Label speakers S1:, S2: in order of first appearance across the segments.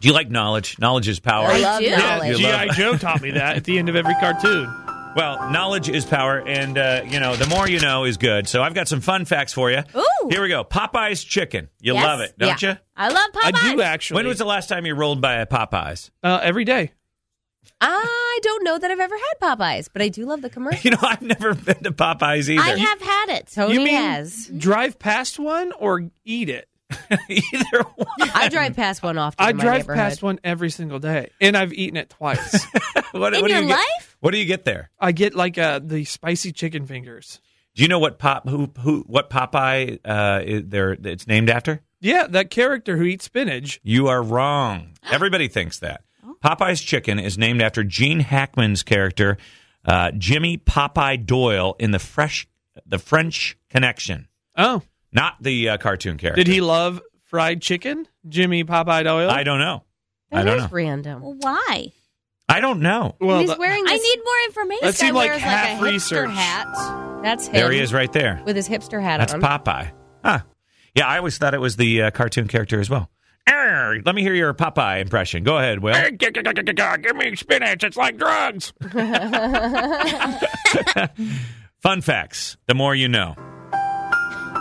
S1: Do you like knowledge? Knowledge is power.
S2: I
S3: Uh,
S4: love
S2: do.
S4: knowledge.
S1: You
S3: G.I.
S1: love-
S3: Joe taught me that at the end of every cartoon.
S1: Well, knowledge is power, and uh, you know the more you know is good. So I've got some fun facts for you.
S2: Ooh.
S1: Here we go. Popeye's chicken. You
S2: Yes.
S1: love it, don't
S2: Yeah.
S1: you?
S2: I love Popeyes.
S3: I do actually.
S1: When was the last time you rolled by a Popeyes?
S3: uh, every day?
S2: I don't know that I've ever had Popeyes, but I do love the commercial.
S1: You know, I've never been to Popeyes either.
S4: I have had it.
S2: Tony
S3: you mean
S2: Oh, has. Mm-hmm.
S3: drive past one or eat it?
S1: either one.
S2: I drive past one often.
S3: I
S2: in my
S3: drive
S2: neighborhood.
S3: past one every single day, and I've eaten it twice.
S1: What,
S4: In
S1: what do
S4: your
S1: you get-
S4: life?
S1: What do you get there?
S3: I get like uh, the spicy chicken fingers.
S1: Do you know what pop who who what Popeye uh, is there? It's named after.
S3: Yeah, that character who eats spinach.
S1: You are wrong. Everybody thinks that. Popeye's chicken is named after Gene Hackman's character, uh, Jimmy Popeye Doyle in the Fresh the French Connection,
S3: Oh,
S1: not the uh, cartoon character.
S3: did he love fried chicken? Jimmy Popeye Doyle.
S1: I don't know. I
S2: That
S1: don't
S2: is
S1: know.
S2: random.
S4: Well, why?
S1: I don't know.
S3: Well,
S2: He's
S3: the-
S2: wearing.
S4: I
S2: This,
S4: need more information.
S3: That
S4: This guy
S3: seemed like
S4: wears
S3: half
S4: like a
S3: research.
S4: hipster hat.
S2: That's him.
S1: There he is, right there.
S2: with his hipster hat
S1: That's
S2: on.
S1: Popeye. Huh. Yeah, I always thought it was the uh, cartoon character as well. Arr, let me hear your Popeye impression. Go ahead, Will.
S3: Give me spinach. It's like drugs.
S1: Fun facts the more you know.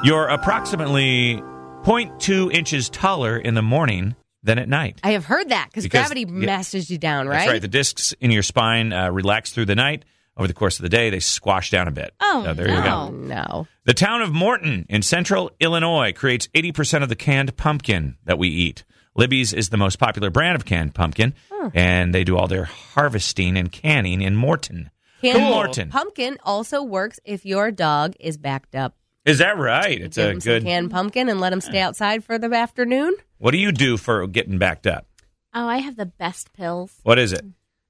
S1: You're approximately 0.2 inches taller in the morning than at night.
S2: I have heard that because
S1: Because-
S2: gravity
S1: yeah.
S2: messes you down, right?
S1: That's right. The discs in your spine uh, relax through the night. Over the course of the day, they squash down a bit.
S4: Oh,
S1: So there you
S4: no.
S1: go.
S2: oh no!
S1: The town of Morton in central Illinois creates 80% of the canned pumpkin that we eat. Libby's is the most popular brand of canned pumpkin, and they do all their harvesting and canning in Morton.
S2: Canned
S1: Cool. Morton.
S2: Pumpkin also works if your dog is backed up.
S1: Is that right? It's
S2: Give
S1: a
S2: him some
S1: good.
S2: canned pumpkin and let him stay outside for the afternoon.
S1: What do you do for getting backed up?
S4: Oh, I have the best pills.
S1: What is it?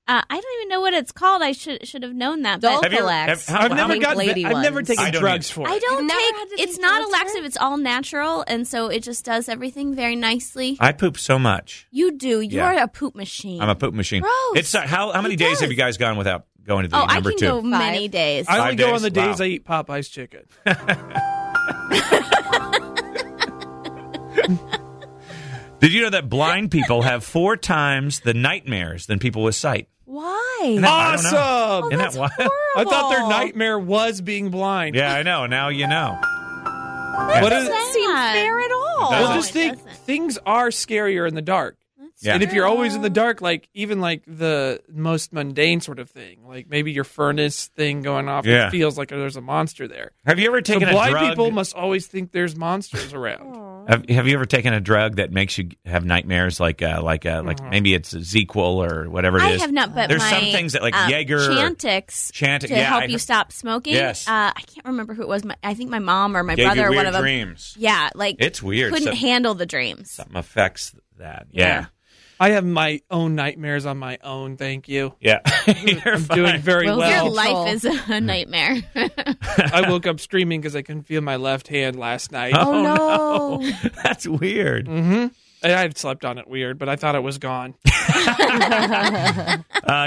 S4: Uh, I don't even know what it's called. I should should have known that. But
S1: Have you- have-
S2: Dulcolax.
S1: how-
S3: I've
S1: how
S3: never
S1: many
S3: gotten.
S2: lady
S3: I've never
S2: ones.
S1: I
S3: taken
S1: don't
S3: drugs
S1: either.
S3: for it.
S4: I don't
S2: You've never had to
S4: take.
S2: take
S4: It's not a
S2: drugs for
S4: laxative. It's all natural, and so it just does everything very nicely.
S1: I poop so much.
S4: you do. You're
S1: Uh, Yeah.
S4: a poop machine.
S1: I'm a poop machine.
S4: Gross.
S1: It's uh, how how many
S4: It
S1: days
S4: does.
S1: have you guys gone without going to the
S4: oh, I
S1: number
S4: can
S1: two?
S4: go many
S2: Five.
S4: days.
S3: I only
S1: Five
S3: go
S1: days?
S3: on the days
S1: Wow.
S3: I eat Popeye's chicken.
S1: Did you know that blind people have four times the nightmares than people with sight?
S2: Why?
S1: Isn't that- I don't know.
S3: Awesome!
S4: Oh,
S1: Isn't that wild?
S2: Oh,
S3: I thought their nightmare was being blind.
S1: Yeah, I know. Now you know.
S3: What is?
S4: Sad.
S2: Seems fair at all.
S1: Doesn't.
S3: Well,
S4: No,
S3: just
S4: it
S3: think
S4: doesn't.
S3: things are scarier in the dark.
S1: Yeah.
S3: And if you're always in the dark, like even like the most mundane sort of thing, like maybe your furnace thing going off,
S1: Yeah.
S3: it feels like there's a monster there.
S1: Have you ever
S3: So
S1: taken a
S3: blind
S1: drug?
S3: people must always think there's monsters around.
S1: Have, have you ever taken a drug that makes you have nightmares, like uh, like uh, like maybe it's Zequel or whatever it
S4: Mm. I
S1: is?
S4: have not, but
S1: There's
S4: my,
S1: some things that, like,
S4: um,
S1: Jaeger or-
S4: Chantix,
S1: Chant-
S4: to
S1: yeah,
S4: help
S1: I
S4: you
S1: heard-
S4: stop smoking.
S1: Yes.
S4: uh, I can't remember who it was. My, I think my mom or my
S1: Gave you
S4: brother, or
S1: weird
S4: one of them.
S1: dreams.
S4: Yeah, like
S1: It's weird.
S4: Couldn't
S1: Some-
S4: handle the dreams.
S1: Something affects that. Yeah,
S3: I have my own nightmares on my own. Thank you.
S1: yeah. You're
S3: I'm
S1: fine.
S3: doing very
S2: Well,
S3: well.
S2: you're
S4: Your
S2: Control.
S4: life is a nightmare.
S3: I woke up screaming because I couldn't feel my left hand last night.
S1: Oh,
S2: Oh,
S1: no. that's weird.
S4: Mm.
S3: And I had slept on it weird, but I thought it was gone.
S1: Uh,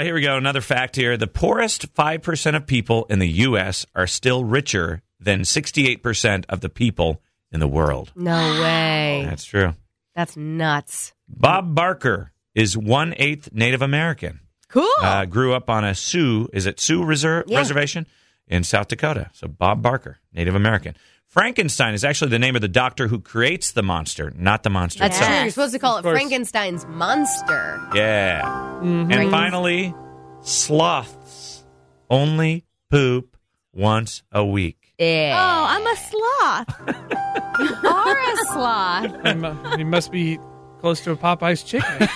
S1: here we go. Another fact here: the poorest five percent of people in the U.S. are still richer than sixty-eight percent of the people in the world.
S2: No
S3: Oh,
S2: way.
S1: That's true.
S2: That's nuts.
S1: Bob Barker is one eighth Native American.
S2: Cool.
S1: Uh, grew up on a Sioux. Is it Sioux Reserve
S2: Oh. Yeah.
S1: Reservation in South Dakota? So Bob Barker, Native American. Frankenstein is actually the name of the doctor who creates the monster, not the monster
S2: That's
S1: itself.
S2: true.
S4: Yes.
S2: You're supposed to call it
S3: course.
S2: Frankenstein's monster.
S1: Yeah.
S2: Mm-hmm.
S1: And finally, sloths only poop once a week.
S4: oh,
S2: Yeah.
S4: I'm a sloth.
S2: You are a sloth.
S3: I mu- He must be close to a Popeye's chicken.